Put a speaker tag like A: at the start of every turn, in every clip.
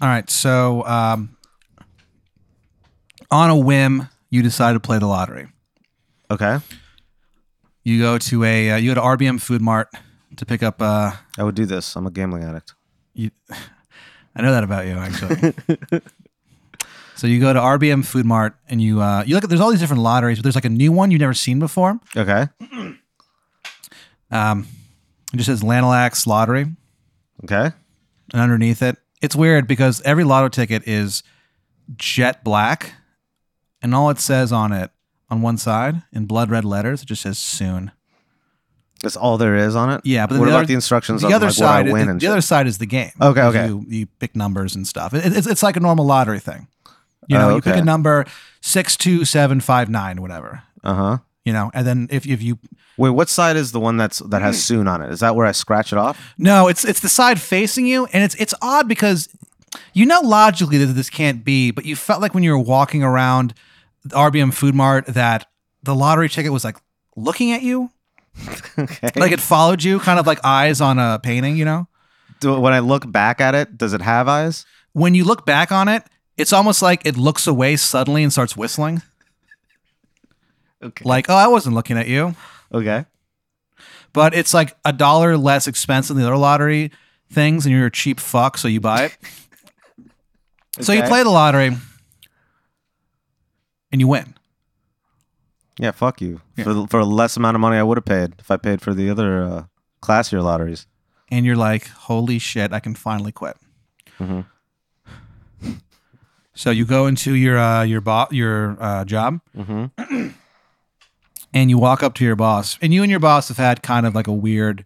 A: All right. So, um, on a whim, you decide to play the lottery.
B: Okay.
A: You go to a uh, you go to RBM Food Mart to pick up. Uh,
B: I would do this. I'm a gambling addict.
A: you, I know that about you actually. so you go to RBM Food Mart and you uh, you look at there's all these different lotteries, but there's like a new one you've never seen before.
B: Okay.
A: Um, it just says Lanalax Lottery, and
B: Okay.
A: underneath it, it's weird because every lotto ticket is jet black, and all it says on it on one side in blood red letters it just says soon.
B: That's all there is on it.
A: Yeah, but then
B: what
A: the
B: about
A: other-
B: the instructions
A: the
B: on
A: other
B: like,
A: side,
B: what I win
A: the,
B: and
A: the
B: shit?
A: other side is the game.
B: Okay,
A: Because
B: okay.
A: You, you pick numbers and stuff. It, it's it's like a normal lottery thing. You know,
B: Oh,
A: you pick
B: okay.
A: a number six two seven five nine, whatever.
B: Uh huh.
A: You know, and then if if you
B: Wait, what side is the one that's that has soon on it? Is that where I scratch it off?
A: no, it's it's the side facing you, and it's it's odd because you know logically that this can't be, but you felt like when you were walking around the RBM Food Mart that the lottery ticket was like looking at you,
B: okay.
A: like it followed you, kind of like eyes on a painting. You know,
B: Do- when I look back at it, does it have eyes?
A: when you look back on it, it's almost like it looks away suddenly and starts whistling.
B: Okay.
A: Like, oh, I wasn't looking at you.
B: Okay.
A: But it's like a dollar less expensive than the other lottery things, and you're a cheap fuck, so you buy it. So you
B: Okay.
A: play the lottery and you win.
B: Yeah, fuck you. For for less amount of money, I would have paid if I paid for the other uh, classier lotteries.
A: And you're like, holy shit, I can finally quit.
B: Mhm.
A: So you go into your uh, your bo- your uh, job,
B: Mm-hmm.
A: and you walk up to your boss, and you and your boss have had kind of like a weird,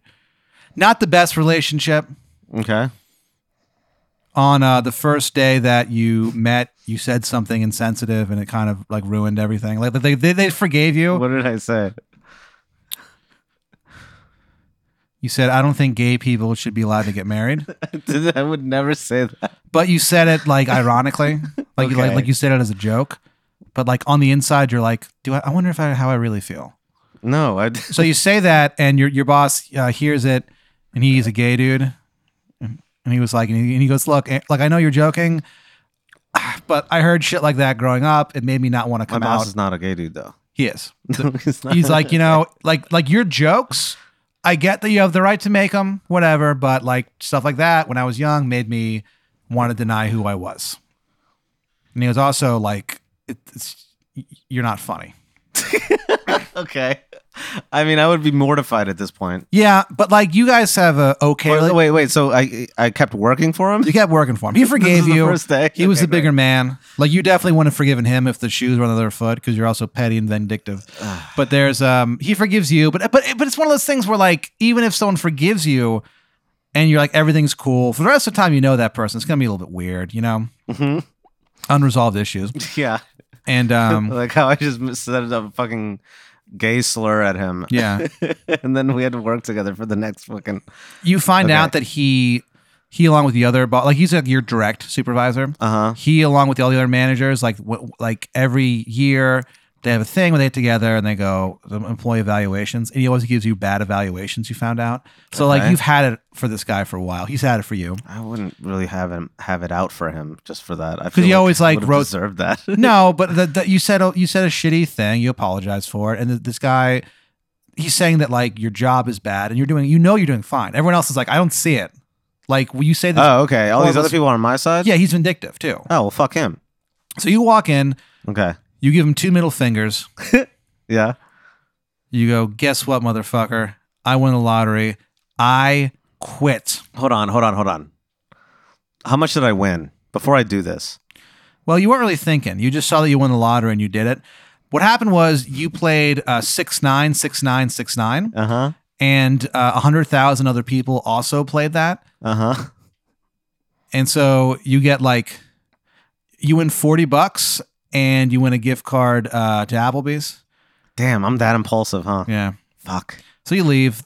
A: not the best relationship.
B: Okay.
A: on uh, the first day that you met, you said something insensitive, and it kind of like ruined everything. Like they they, they forgave you.
B: What did I say?
A: You said I don't think gay people should be allowed to get married,
B: Did- I would never say that.
A: but you said it like ironically, like you like
B: Okay.
A: like you said it as a joke. But like on the inside, you're like, do I, I wonder if I, how I really feel?
B: No, I.
A: So you say that, and your your boss uh, hears it, and he's a gay dude, and he was like, and he, and he goes, look, eh, like I know you're joking, but I heard shit like that growing up. It made me not want to
B: My
A: come
B: boss
A: out.
B: is not a gay dude though.
A: He is.
B: No, he's not.
A: he's like, you know, like like your jokes. I get that you have the right to make them, whatever, but like stuff like that when I was young made me want to deny who I was. And he was also like, it- it's, "You're not funny."
B: okay. I mean, I would be mortified at this point.
A: Yeah, but like you guys have a okay.
B: Wait,
A: like,
B: wait, wait. So I I kept working for him.
A: you kept working for him. He
B: This
A: forgave
B: is the
A: you.
B: first day?
A: He was
B: Okay,
A: the bigger man. Like you definitely wouldn't have forgiven him if the shoes were on the other foot because you're also petty and vindictive. but there's um he forgives you, but but but it's one of those things where like even if someone forgives you and you're like everything's cool for the rest of the time, you know that person. It's gonna be a little bit weird, you know,
B: Mhm.
A: unresolved issues.
B: Yeah.
A: And um
B: Like how I just said a fucking gay slur at him.
A: yeah,
B: and then we had to work together for the next fucking.
A: you find
B: Okay.
A: out that he he along with the other bo- like he's like your direct supervisor.
B: Uh huh.
A: he along with all the other managers like w- like every year they have a thing where they get together and they go the employee evaluations and he always gives you bad evaluations you found out so like
B: Okay.
A: you've had it for this guy for a while he's had it for you
B: I wouldn't really have him have it out for him just for that. I
A: he
B: feel
A: always,
B: I
A: like,
B: would've
A: wrote-
B: deserved that.
A: no but the, the, you said a, you said a shitty thing you apologize for it and th- this guy he's saying that like your job is bad and you're doing you know you're doing fine everyone else is like i don't see it like when you say this
B: oh, okay. All these
A: horrible-
B: other people are on my side.
A: yeah he's vindictive too
B: Oh well, fuck him.
A: so you walk in
B: Okay.
A: you give him two middle fingers
B: Yeah.
A: You go, guess what, motherfucker? I won the lottery. I quit.
B: Hold on. Hold on. Hold on. How much did I win before I do this?
A: Well, you weren't really thinking. You just saw that you won the lottery and you did it. What happened was you played uh, six nine, six nine, six nine,
B: Uh huh.
A: and uh, hundred thousand other people also played that,
B: Uh huh.
A: and so you get like you win forty bucks and you win a gift card uh, to Applebee's.
B: Damn, I'm that impulsive, huh?
A: Yeah.
B: Fuck.
A: So you leave,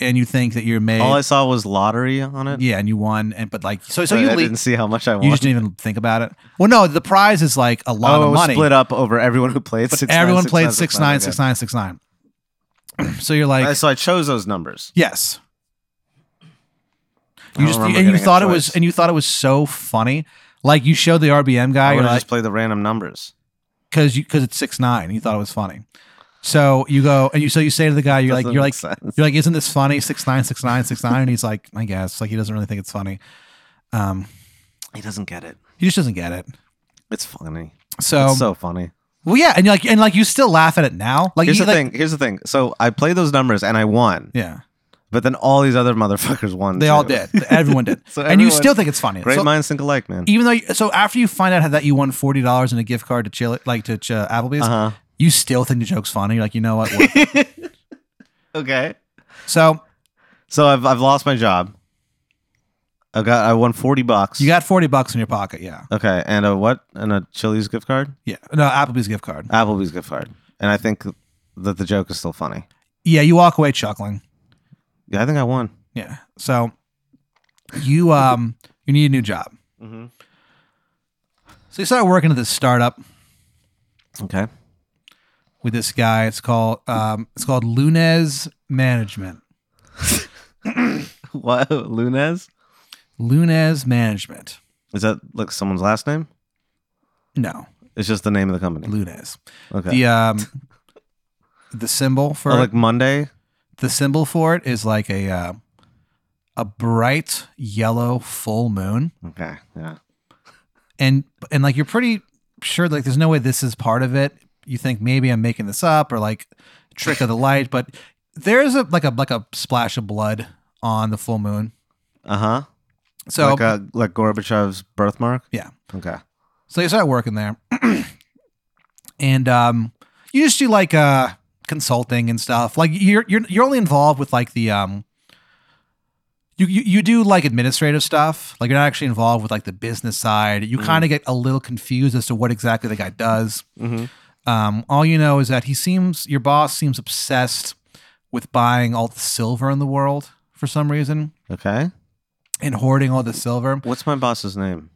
A: and you think that you're made.
B: All I saw was lottery on it.
A: yeah, and you won, and but like so so
B: But
A: you
B: I
A: leave.
B: didn't see how much I won.
A: You just didn't even think about it. Well, no, the prize is like a lot
B: oh, it
A: of
B: was
A: money.
B: split up over everyone who played.
A: but
B: six, nine,
A: everyone
B: six,
A: played
B: nine,
A: six nine,
B: okay.
A: six nine, six nine. So you're like,
B: Uh, so I chose those numbers.
A: yes. You
B: don't
A: just
B: remember
A: and you
B: getting it
A: thought it
B: twice.
A: was and you thought it was so funny. Like you showed the RBM guy,
B: I
A: you're
B: would have
A: like,
B: just played the random numbers.
A: because you because it's six nine. You thought it was funny, so you go and you so you say to the guy, you're like,
B: Doesn't
A: you're like,
B: make sense.
A: you're like, isn't this funny? Six nine, six nine, six nine. And he's like, I guess. Like he doesn't really think it's funny. Um,
B: he doesn't get it.
A: he just doesn't get it.
B: It's funny.
A: So,
B: it's so funny.
A: well, yeah, and you're like and like you still laugh at it now. Like
B: Here's
A: you,
B: the
A: like,
B: thing. Here's the thing. So I played those numbers and I won,
A: Yeah,
B: but then all these other motherfuckers won.
A: they all
B: too.
A: did. Everyone did.
B: So
A: and you
B: everyone-
A: still think it's funny.
B: Great
A: so,
B: minds think alike, man.
A: even though you, so after you find out that you won forty dollars in a gift card to chill like to uh, Applebee's,
B: Uh huh.
A: you still think the joke's funny. You're like you know what? worth it.
B: Okay.
A: so
B: So I've I've lost my job. I got I won forty bucks.
A: you got forty bucks in your pocket. Yeah,
B: okay, and a what? And a Chili's gift card,
A: yeah. No, Applebee's gift card.
B: Applebee's gift card, and I think that the joke is still funny.
A: Yeah, you walk away chuckling.
B: Yeah, I think I won.
A: Yeah. So you um you need a new job.
B: Mhm.
A: So you start working at this startup
B: Okay.
A: with this guy. It's called um it's called Lunes Management.
B: What? Lunez?
A: Lunes Management.
B: Is that like someone's last name?
A: No,
B: It's just the name of the company.
A: Lunes.
B: Okay.
A: The um the symbol for
B: Oh, like Monday.
A: the symbol for it is like a uh, a bright yellow full moon.
B: Okay. Yeah.
A: and and like you're pretty sure like there's no way this is part of it you think maybe i'm making this up or like trick of the light but there's a like a like a splash of blood on the full moon
B: Uh huh.
A: so
B: like uh, like Gorbachev's birthmark.
A: Yeah.
B: Okay.
A: so you start working there and um you just do like uh consulting and stuff like you're you're you're only involved with like the um you, you, you do like administrative stuff like you're not actually involved with like the business side you kind of get a little confused as to what exactly the guy does
B: Mm-hmm.
A: Um, all you know is that he seems your boss seems obsessed with buying all the silver in the world for some reason
B: Okay.
A: and hoarding all the silver.
B: What's my boss's name?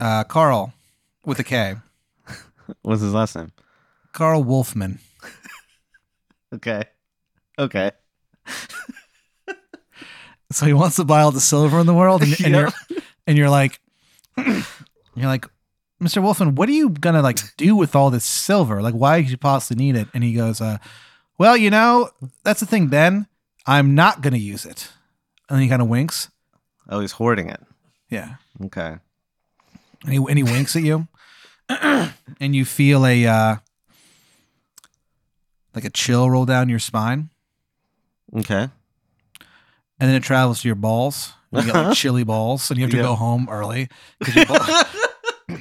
A: Uh, Carl with a K,
B: What's his last name?
A: Carl Wolfman.
B: Okay. Okay.
A: So he wants to buy all the silver in the world, and, and
B: Yeah.
A: you're and you're like, you're like, Mr. Wolfman, what are you gonna like do with all this silver? Like, why could you possibly need it? And he goes, uh, well, you know, that's the thing, Ben. I'm not gonna use it. And then he kind of winks.
B: Oh, he's hoarding it.
A: Yeah.
B: Okay.
A: and he, and he winks at you and you feel a uh, like a chill roll down your spine
B: Okay.
A: and then it travels to your balls you get like chilly balls and you have to
B: Yeah.
A: go home early because your, ball-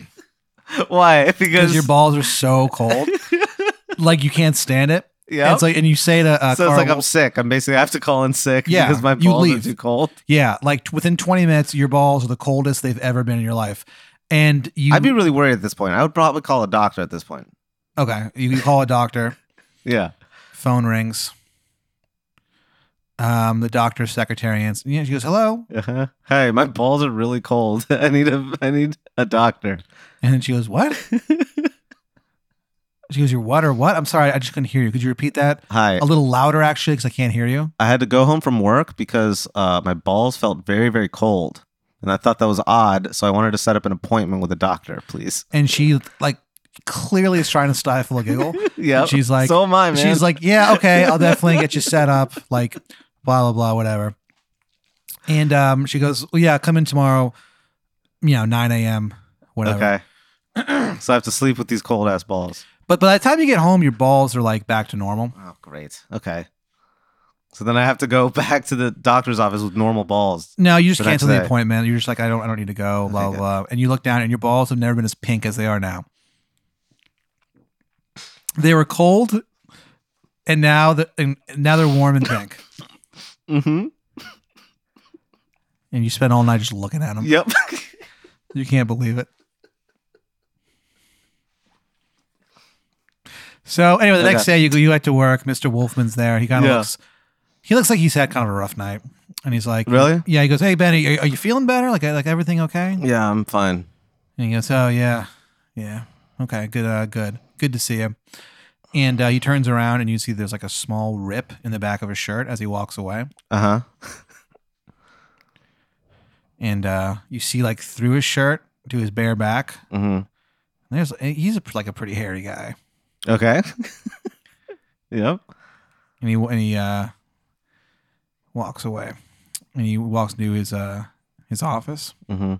B: Why?
A: 'cause
B: Because
A: your balls are so cold like you can't stand it
B: yeah.
A: and, it's like, and you say to uh,
B: so
A: Carl
B: it's like I'm
A: Wolf-
B: sick. I'm basically I have to call in sick
A: Yeah,
B: because my
A: you
B: balls
A: leave.
B: are too cold.
A: yeah like t- within 20 minutes your balls are the coldest they've ever been in your life and you
B: I'd be really worried at this point. I would probably call a doctor at this point.
A: okay you can call a doctor
B: Yeah.
A: phone rings um, the doctor's secretary answers. Yeah, she goes, "Hello."
B: Uh-huh. Hey, my balls are really cold. I need a I need a doctor.
A: And then she goes, What? she goes, Your what or what? I'm sorry, I just couldn't hear you. Could you repeat that
B: Hi.
A: a little louder, actually, because I can't hear you?
B: I had to go home from work because uh, my balls felt very, very cold. And I thought that was odd. So I wanted to set up an appointment with a doctor, please.
A: And she, like, clearly is trying to stifle a giggle.
B: Yeah.
A: She's like-
B: so am I, man.
A: She's like, Yeah, okay, I'll definitely get you set up, like, blah, blah, blah, whatever. And um, she goes, Well, yeah, come in tomorrow, you know, 9 a.m., whatever.
B: okay. so I have to sleep with these cold ass balls.
A: But by the time you get home, your balls are, like, back to normal.
B: Oh, great. Okay. So then I have to go back to the doctor's office with normal balls.
A: No, you just
B: The next
A: cancel the
B: day.
A: appointment. You're just like, I don't, I don't need to go, blah,
B: Okay,
A: blah, blah. And you look down and your balls have never been as pink as they are now. They were cold and now the, and now they're warm and pink.
B: Mm-hmm.
A: And you spend all night just looking at them.
B: Yep.
A: You can't believe it. So anyway, the
B: Okay.
A: next day you go, you had to work. Mr. Wolfman's there. He kind of
B: Yeah.
A: looks, he looks like he's had kind of a rough night, and he's like,
B: Really?
A: Yeah. He goes, "Hey Benny, are, are you feeling better? Like, like everything okay?"
B: yeah, I'm fine.
A: And he goes, "Oh yeah, yeah, okay, good, uh, good, good to see you." And uh, he turns around and you see there's like a small rip in the back of his shirt as he walks away.
B: Uh huh.
A: and uh, you see like through his shirt to his bare back.
B: hmm
A: There's he's a, like a pretty hairy guy,
B: Okay. yep.
A: and he and he uh, walks away, and he walks into his uh, his office,
B: hmm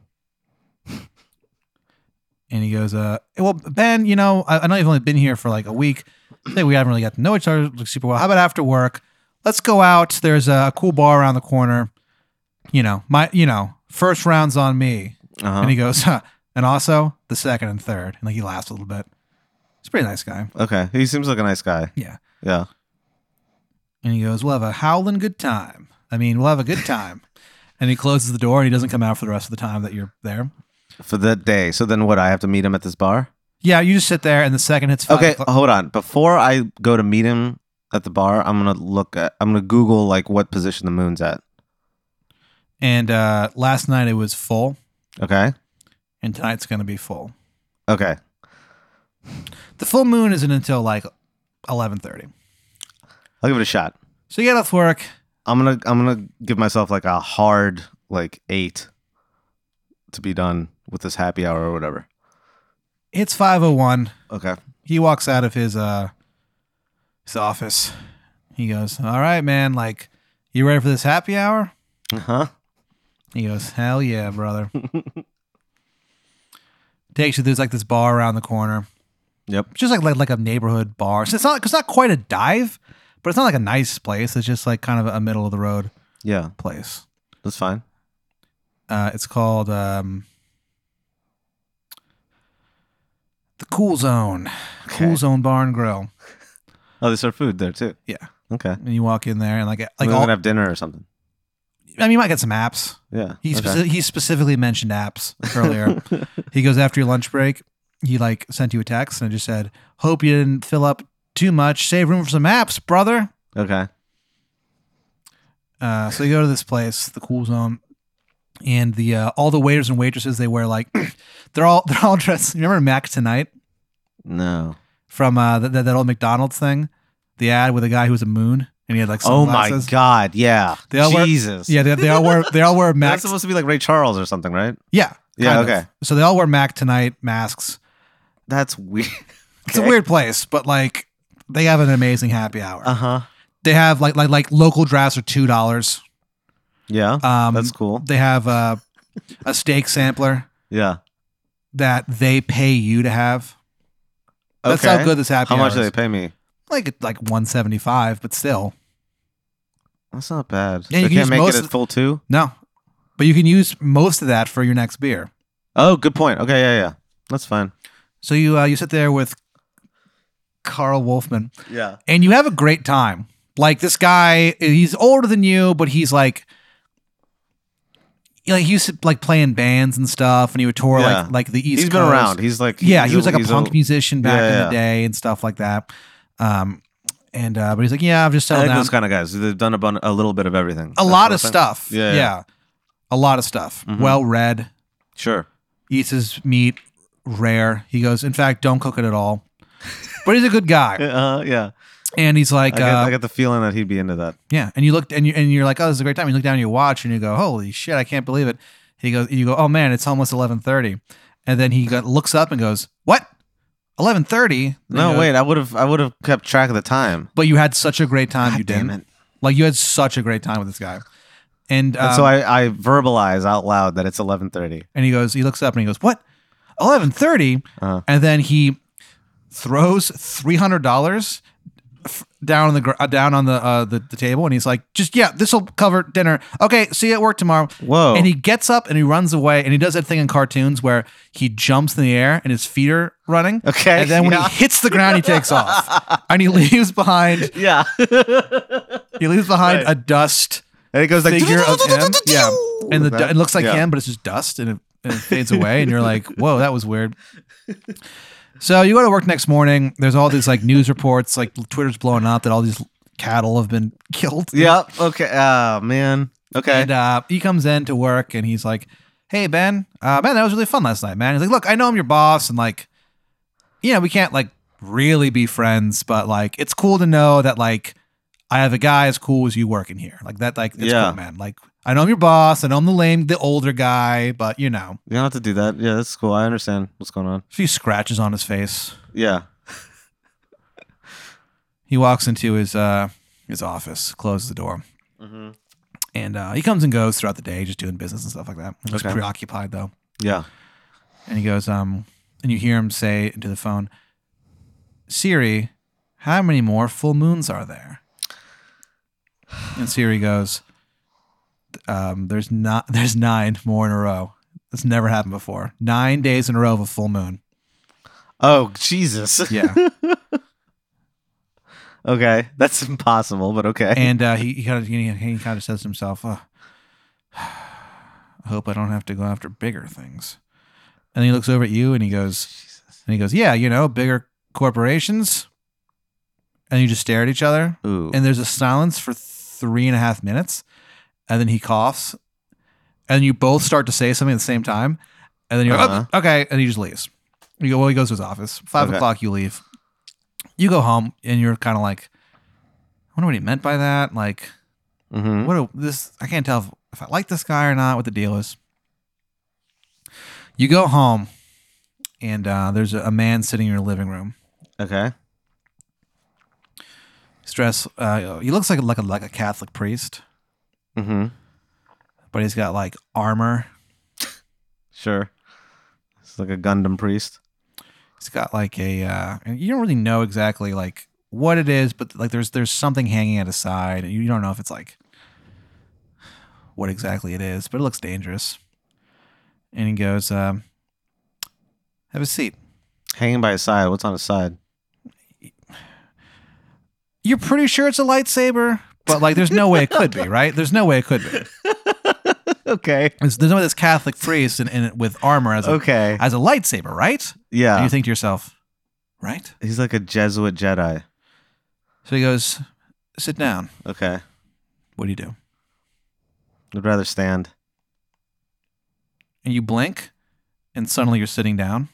A: and he goes, uh, "Well, Ben, you know, I, I know you've only been here for like a week. I think we haven't really got to know each other like, super well. How about after work? Let's go out. There's a cool bar around the corner. You know, my, you know, first round's on me."
B: Uh-huh.
A: And he goes, huh. and also the second and third. And like he laughs a little bit. He's a pretty nice guy.
B: okay. He seems like a nice guy.
A: Yeah.
B: Yeah.
A: And he goes, we'll have a howling good time. I mean, we'll have a good time. and he closes the door and he doesn't come out for the rest of the time that you're there.
B: For that day. So then what? I have to meet him at this bar?
A: Yeah, you just sit there and the second hits five
B: Okay.
A: o'clock-
B: Hold on. Before I go to meet him at the bar, I'm going to look at, I'm going to Google like what position the moon's at.
A: And uh, last night it was full
B: Okay.
A: and tonight's going to be full.
B: Okay.
A: The full moon isn't until like 11.30.
B: I'll give it a shot.
A: So you get off work.
B: I'm gonna I'm gonna give myself like a hard like eight to be done with this happy hour or whatever.
A: It's 5.01.
B: Okay.
A: he walks out of his uh his office. He goes, "All right, man. Like, you ready for this happy hour?"
B: Uh
A: Uh-huh.
B: huh.
A: He goes, "Hell yeah, brother." Takes you. There's like this bar around the corner,
B: Yep.
A: just like like, like a neighborhood bar. So it's not it's not quite a dive, but it's not like a nice place. It's just like kind of a middle of the road
B: Yeah.
A: place.
B: That's fine.
A: Uh, it's called um, the Cool Zone, Cool Zone Bar and Grill.
B: Oh, they serve food there too.
A: Yeah.
B: Okay.
A: And you walk in there and like
B: Like
A: like
B: we're
A: all,
B: gonna have dinner or something.
A: I mean, you might get some apps.
B: Yeah.
A: He,
B: okay.
A: speci- he specifically mentioned apps earlier. he goes after your lunch break. He like sent you a text and just said, "Hope you didn't fill up too much. Save room for some apps, brother."
B: Okay.
A: Uh, so you go to this place, the Cool Zone, and the uh, all the waiters and waitresses they wear like they're all they're all dressed. You remember Mac Tonight
B: No.
A: from uh, that that old McDonald's thing, the ad with a guy who was a moon and he had like
B: Oh my
A: sunglasses.
B: God. Yeah.
A: They all wear-
B: Jesus.
A: Yeah, they, they all wear they all wear Mac.
B: That's supposed to be like Ray Charles or something, right?
A: yeah,
B: Yeah,
A: kind of.
B: okay.
A: So they all wear Mac Tonight masks.
B: That's weird.
A: It's a
B: Okay.
A: weird place, but like they have an amazing happy hour.
B: Uh huh.
A: they have like like like local drafts are two dollars.
B: Yeah.
A: Um,
B: That's cool.
A: They have uh, a steak sampler
B: Yeah.
A: that they pay you to have. That's how
B: Okay.
A: good this happy
B: How
A: hour
B: much do
A: is.
B: they pay me?
A: Like like one seventy five, but still
B: That's not bad.
A: Yeah, you
B: they
A: can use
B: can't make
A: most
B: it
A: of-
B: at full two.
A: no. But you can use most of that for your next beer.
B: Oh, good point. Okay. Yeah. Yeah. That's fine.
A: So you uh, you sit there with Carl Wolfman,
B: Yeah.
A: and you have a great time. Like this guy, he's older than you, but he's like, like he used to like play in bands and stuff, and he would tour
B: Yeah.
A: like like the East.
B: He's been
A: Coast.
B: around. He's like
A: yeah,
B: he's
A: he was like a
B: he's
A: punk musician back
B: Yeah,
A: in
B: yeah.
A: the day and stuff like that. Um, and uh, but he's like, yeah, I've just
B: I
A: settled
B: like
A: down.
B: those kind of guys. They've done a, bun- a little bit of everything.
A: a
B: That's
A: lot
B: what
A: of
B: I'm saying.
A: stuff.
B: Yeah, yeah.
A: a lot of stuff.
B: Mhm.
A: Well read,
B: Sure.
A: eats his meat rare. He goes, in fact, don't cook it at all. But he's a good guy,
B: Uh, yeah.
A: and he's like,
B: I, get,
A: uh,
B: I get the feeling that he'd be into that.
A: Yeah, and you looked and you and you're like, oh, this is a great time. You look down at your watch and you go, holy shit, I can't believe it. He goes, you go, oh man, it's almost eleven thirty, and then he got, looks up and goes, what? Eleven thirty?
B: No, wait. I would have. I would have kept track of the time.
A: But you had such a great time, you didn't.
B: it.
A: Like you had such a great time with this guy, and um,
B: And so I, I verbalize out loud that it's eleven thirty.
A: and he goes, he looks up and he goes, what? Eleven thirty?
B: Uh-huh.
A: And then he throws three hundred dollars down on the gr- uh, down on the, uh, the the table, and he's like, just yeah, this will cover dinner. Okay, see you at work tomorrow.
B: Whoa.
A: And he gets up and he runs away and he does that thing in cartoons where he jumps in the air and his feet are running.
B: Okay,
A: And then when
B: yeah.
A: he hits the ground, he takes off and he leaves behind
B: yeah.
A: he leaves behind
B: Right.
A: a dust
B: and it goes like
A: figure of him. Yeah. And the du-
B: Like that?
A: it looks like
B: Yeah.
A: him, but it's just dust and it, and it fades away. And you're like, whoa, that was weird. So you go to work next morning. There's all these like news reports, like Twitter's blowing up that all these cattle have been killed.
B: Yep. Okay. Oh man. Okay.
A: And uh, he comes in to work and he's like, "Hey Ben, uh, man, that was really fun last night, man." He's like, "Look, I know I'm your boss, and like, you know, we can't like really be friends, but like, it's cool to know that like I have a guy as cool as you working here. Like that, like, it's
B: Yeah.
A: cool, man. Like, I know I'm your boss. I know I'm the lame, the older guy, but you know,
B: You don't have to do that. Yeah, that's cool. I understand what's going on.
A: a few scratches on his face.
B: Yeah.
A: He walks into his uh, his office, closes the door,
B: Mm-hmm.
A: and uh, he comes and goes throughout the day, just doing business and stuff like that. He's
B: Okay.
A: preoccupied though,
B: Yeah.
A: and he goes, um, and you hear him say into the phone, "Siri, how many more full moons are there?" And Siri goes, um, "There's not. There's nine more in a row. That's never happened before. Nine days in a row of a full moon.
B: Oh, Jesus.
A: Yeah."
B: okay. That's impossible, but okay.
A: and uh, he, he kind of he, he kind of says to himself, oh, "I hope I don't have to go after bigger things." And he looks over at you and he goes,
B: Jesus.
A: and he goes, "Yeah, you know, bigger corporations." And you just stare at each other,
B: Ooh.
A: and there's a silence for three and a half minutes, and then he coughs, and you both start to say something at the same time, and then you're
B: Uh-huh.
A: "Oh, okay, and he just leaves. You go well, he goes to his office. Five
B: Okay.
A: o'clock, you leave. You go home, and you're kind of like, I wonder what he meant by that. Like,
B: hmm
A: what do this? I can't tell if, if I like this guy or not. What the deal is? You go home, and uh, there's a, a man sitting in your living room.
B: Okay.
A: He's dressed. Uh, he looks like a- like a like a Catholic priest.
B: hmm
A: but he's got like armor.
B: Sure. It's like a Gundam priest.
A: He's got like a uh and you don't really know exactly like what it is, but like there's there's something hanging at his side. You don't know if it's like what exactly it is, but it looks dangerous. And he goes, um, have a seat.
B: Hanging by his side. What's on his side?
A: You're pretty sure it's a lightsaber, but like there's no way it could be, right? There's no way it could be.
B: okay.
A: There's, there's no way this Catholic priest in, in with armor as a
B: Okay.
A: as a lightsaber, right? And
B: yeah.
A: you think to yourself, right?
B: He's like a Jesuit Jedi.
A: So he goes, sit down.
B: Okay.
A: What do you do?
B: I'd rather stand.
A: and you blink and suddenly you're sitting down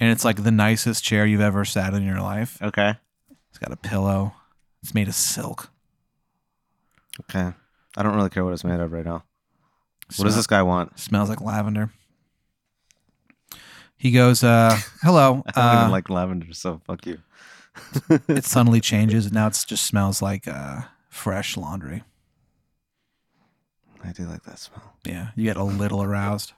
A: and it's like the nicest chair you've ever sat in your life
B: Okay.
A: it's got a pillow it's made of silk
B: Okay. I don't really care what it's made of right now. What
A: Smell-
B: does this guy want?
A: smells like lavender he goes uh hello
B: I don't
A: uh,
B: even like lavender, so fuck you.
A: it suddenly changes and now it just smells like uh fresh laundry
B: I do like that smell.
A: yeah you get a little aroused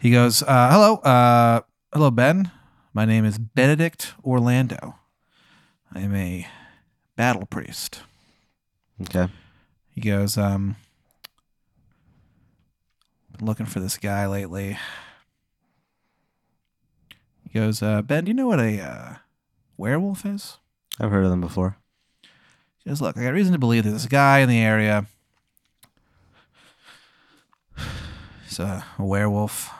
A: he goes uh hello uh hello ben my name is benedict orlando i am a battle priest
B: Okay.
A: He goes, um, been looking for this guy lately. He goes, uh, Ben, do you know what a uh, werewolf is?
B: I've heard of them before.
A: He goes, look, I got reason to believe there's this guy in the area. He's a, a werewolf.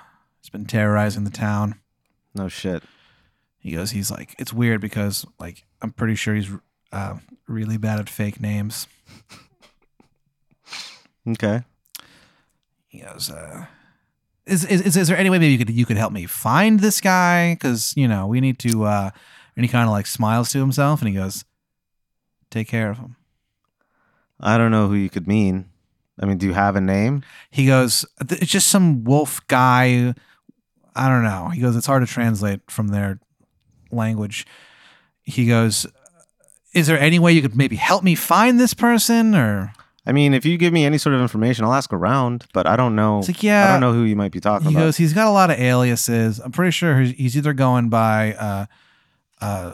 A: He's been terrorizing the town.
B: No shit.
A: He goes, he's like, it's weird because, like, I'm pretty sure he's uh, really bad at fake names.
B: Okay.
A: he goes, uh, is, is, is, is there any way maybe you could you could help me find this guy? Because you know we need to. Uh, and he kind of like smiles to himself and he goes, "Take care of him."
B: I don't know who you could mean. I mean, do you have a name?
A: He goes, "Th- "It's just some wolf guy. I don't know." He goes, "It's hard to translate from their language." He goes, "Is there any way you could maybe help me find this person?" Or
B: I mean, if you give me any sort of information, I'll ask around, but I don't know.
A: it's like,
B: Oh, I
A: "Yeah."
B: don't know who you might be talking
A: he
B: about.
A: goes he's got a lot of aliases i'm pretty sure he's, he's either going by uh uh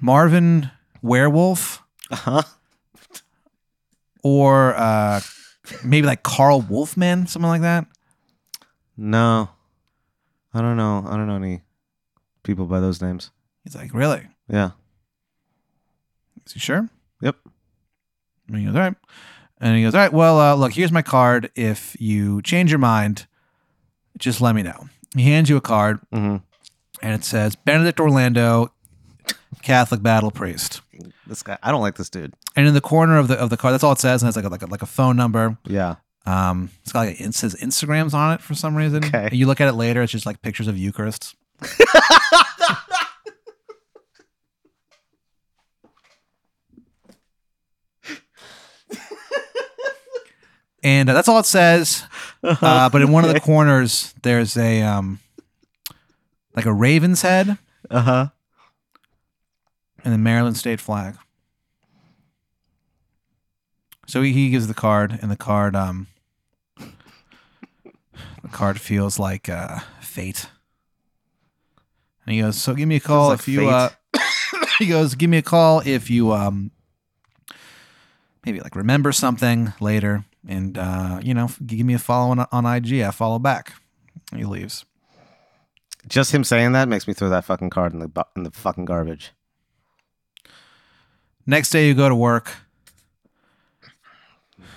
A: marvin werewolf
B: uh-huh.
A: or uh maybe like carl wolfman something like that
B: No. I don't know. I don't know any people by those names.
A: he's like really
B: Yeah.
A: is he sure
B: Yep.
A: and he goes all right and he goes all right well uh look here's my card if you change your mind just let me know he hands you a card
B: hmm
A: and it says benedict orlando catholic battle priest
B: This guy, I don't like this dude.
A: and in the corner of the of the card that's all it says and it's like a, like a, like a phone number
B: Yeah.
A: Um, it's got like it says Instagrams on it for some reason.
B: Okay.
A: You look at it later, it's just like pictures of Eucharists. and uh, that's all it says.
B: Uh-huh.
A: Uh, but in one of the corners, there's a um, like a raven's head
B: Uh huh.
A: and the Maryland state flag. So he, he gives the card, and the card um, the card feels like uh, fate. And he goes, "So give me a call
B: like
A: if you."
B: fate.
A: Uh, he goes, "Give me a call if you um, maybe like remember something later, and uh, you know, give me a follow on, on IG. I follow back." And he leaves.
B: Just him saying that makes me throw that fucking card in the bu- in the fucking garbage.
A: Next day, you go to work.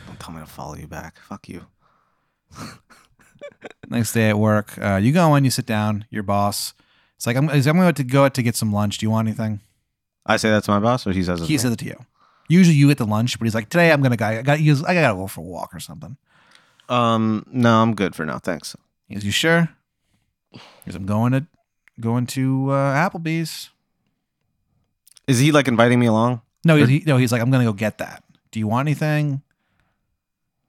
B: Don't tell me to follow you back. Fuck you.
A: Next day at work, uh, you go in, you sit down, your boss. It's like, I'm, is- I'm going to go out to get some lunch. Do you want anything?
B: I say that to my boss, or he says it. to
A: He
B: me?
A: says it to you. Usually you get the lunch, but he's like, today I'm going to go. I got to I gotta go for a walk or something.
B: um, no, I'm good for now. Thanks.
A: He goes, you sure? He goes, I'm going to, going to uh, Applebee's.
B: Is he like inviting me along?
A: No, he, he- no, he's like, I'm going to go get that. Do you want anything?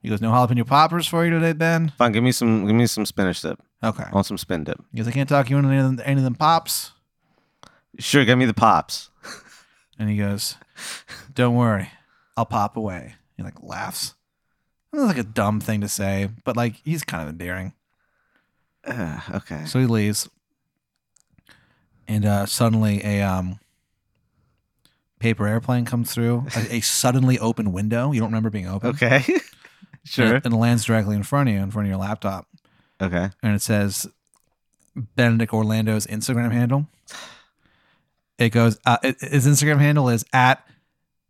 A: He goes, no jalapeno poppers for you today, Ben?
B: Fine, give me some, give me some spinach dip.
A: Okay.
B: I want some spin dip.
A: He goes, I can't talk you into any of them, any of them pops.
B: Sure, give me the pops.
A: And he goes, Don't worry, I'll pop away. He like laughs. It's like a dumb thing to say, but like he's kind of endearing.
B: Uh, okay.
A: So he leaves. And uh, suddenly a um, paper airplane comes through, a, a suddenly open window. You don't remember being open.
B: Okay.
A: And
B: sure.
A: it, and it lands directly in front of you, in front of your laptop.
B: Okay.
A: And it says Benedict Orlando's Instagram handle. It goes, uh, it- his Instagram handle is at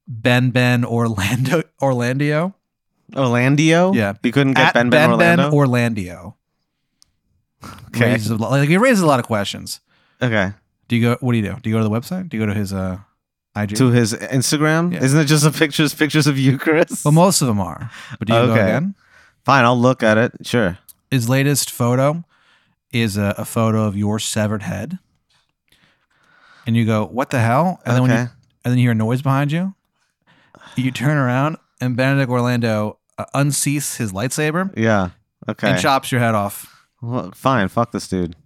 A: Ben Ben Orlando Orlandio.
B: Orlandio.
A: Yeah.
B: You couldn't get
A: at
B: Ben Ben, Orlando.
A: Orlandio.
B: okay.
A: Raises a lot, like it raises a lot of questions.
B: okay.
A: Do you go? What do you do? Do you go to the website? Do you go to his uh, IG?
B: To his Instagram.
A: Yeah.
B: Isn't it just the pictures? Pictures of Eucharist.
A: well, most of them are. But do you go
B: Okay.
A: again?
B: Fine, I'll look at it. Sure.
A: His latest photo is a, a photo of your severed head. And you go, what the hell? And then when you,
B: okay.
A: and then you hear a noise behind you. You turn around and Benedict Orlando uh, unseats his lightsaber
B: yeah. Okay.
A: and chops your head off.
B: Well, fine. Fuck this dude.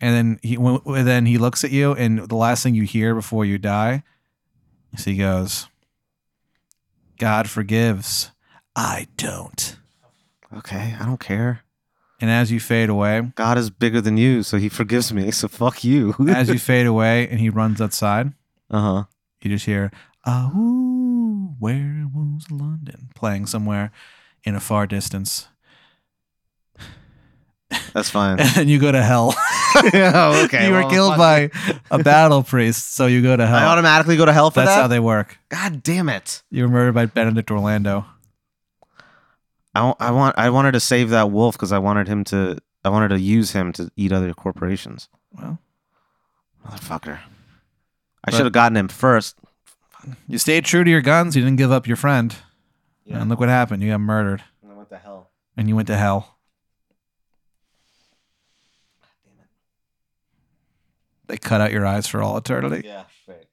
A: and then he when, when- then he looks at you, and the last thing you hear before you die is he goes, "God forgives, I don't."
B: Okay. I don't care.
A: And as you fade away,
B: God is bigger than you, so he forgives me. So fuck you.
A: as you fade away, and he runs outside,
B: uh huh.
A: you just hear, "Ah, ooh, where was London?" playing somewhere in a far distance,
B: That's fine.
A: and then you go to hell.
B: Oh, okay.
A: you were
B: well,
A: killed
B: fuck.
A: by a battle priest, so you go to
B: I
A: hell.
B: automatically go to hell for
A: That's
B: that.
A: how they work.
B: God damn it.
A: You were murdered by Benedict Orlando.
B: I, wa- I want. I wanted to save that wolf because I wanted him to. I wanted to use him to eat other corporations.
A: Well.
B: Motherfucker. I
A: But-
B: should have gotten him first.
A: You stayed true to your guns. You didn't give up your friend. And look what happened. You got murdered
B: I went to hell.
A: and you went to hell. They cut out your eyes for all eternity.
B: Yeah. Right.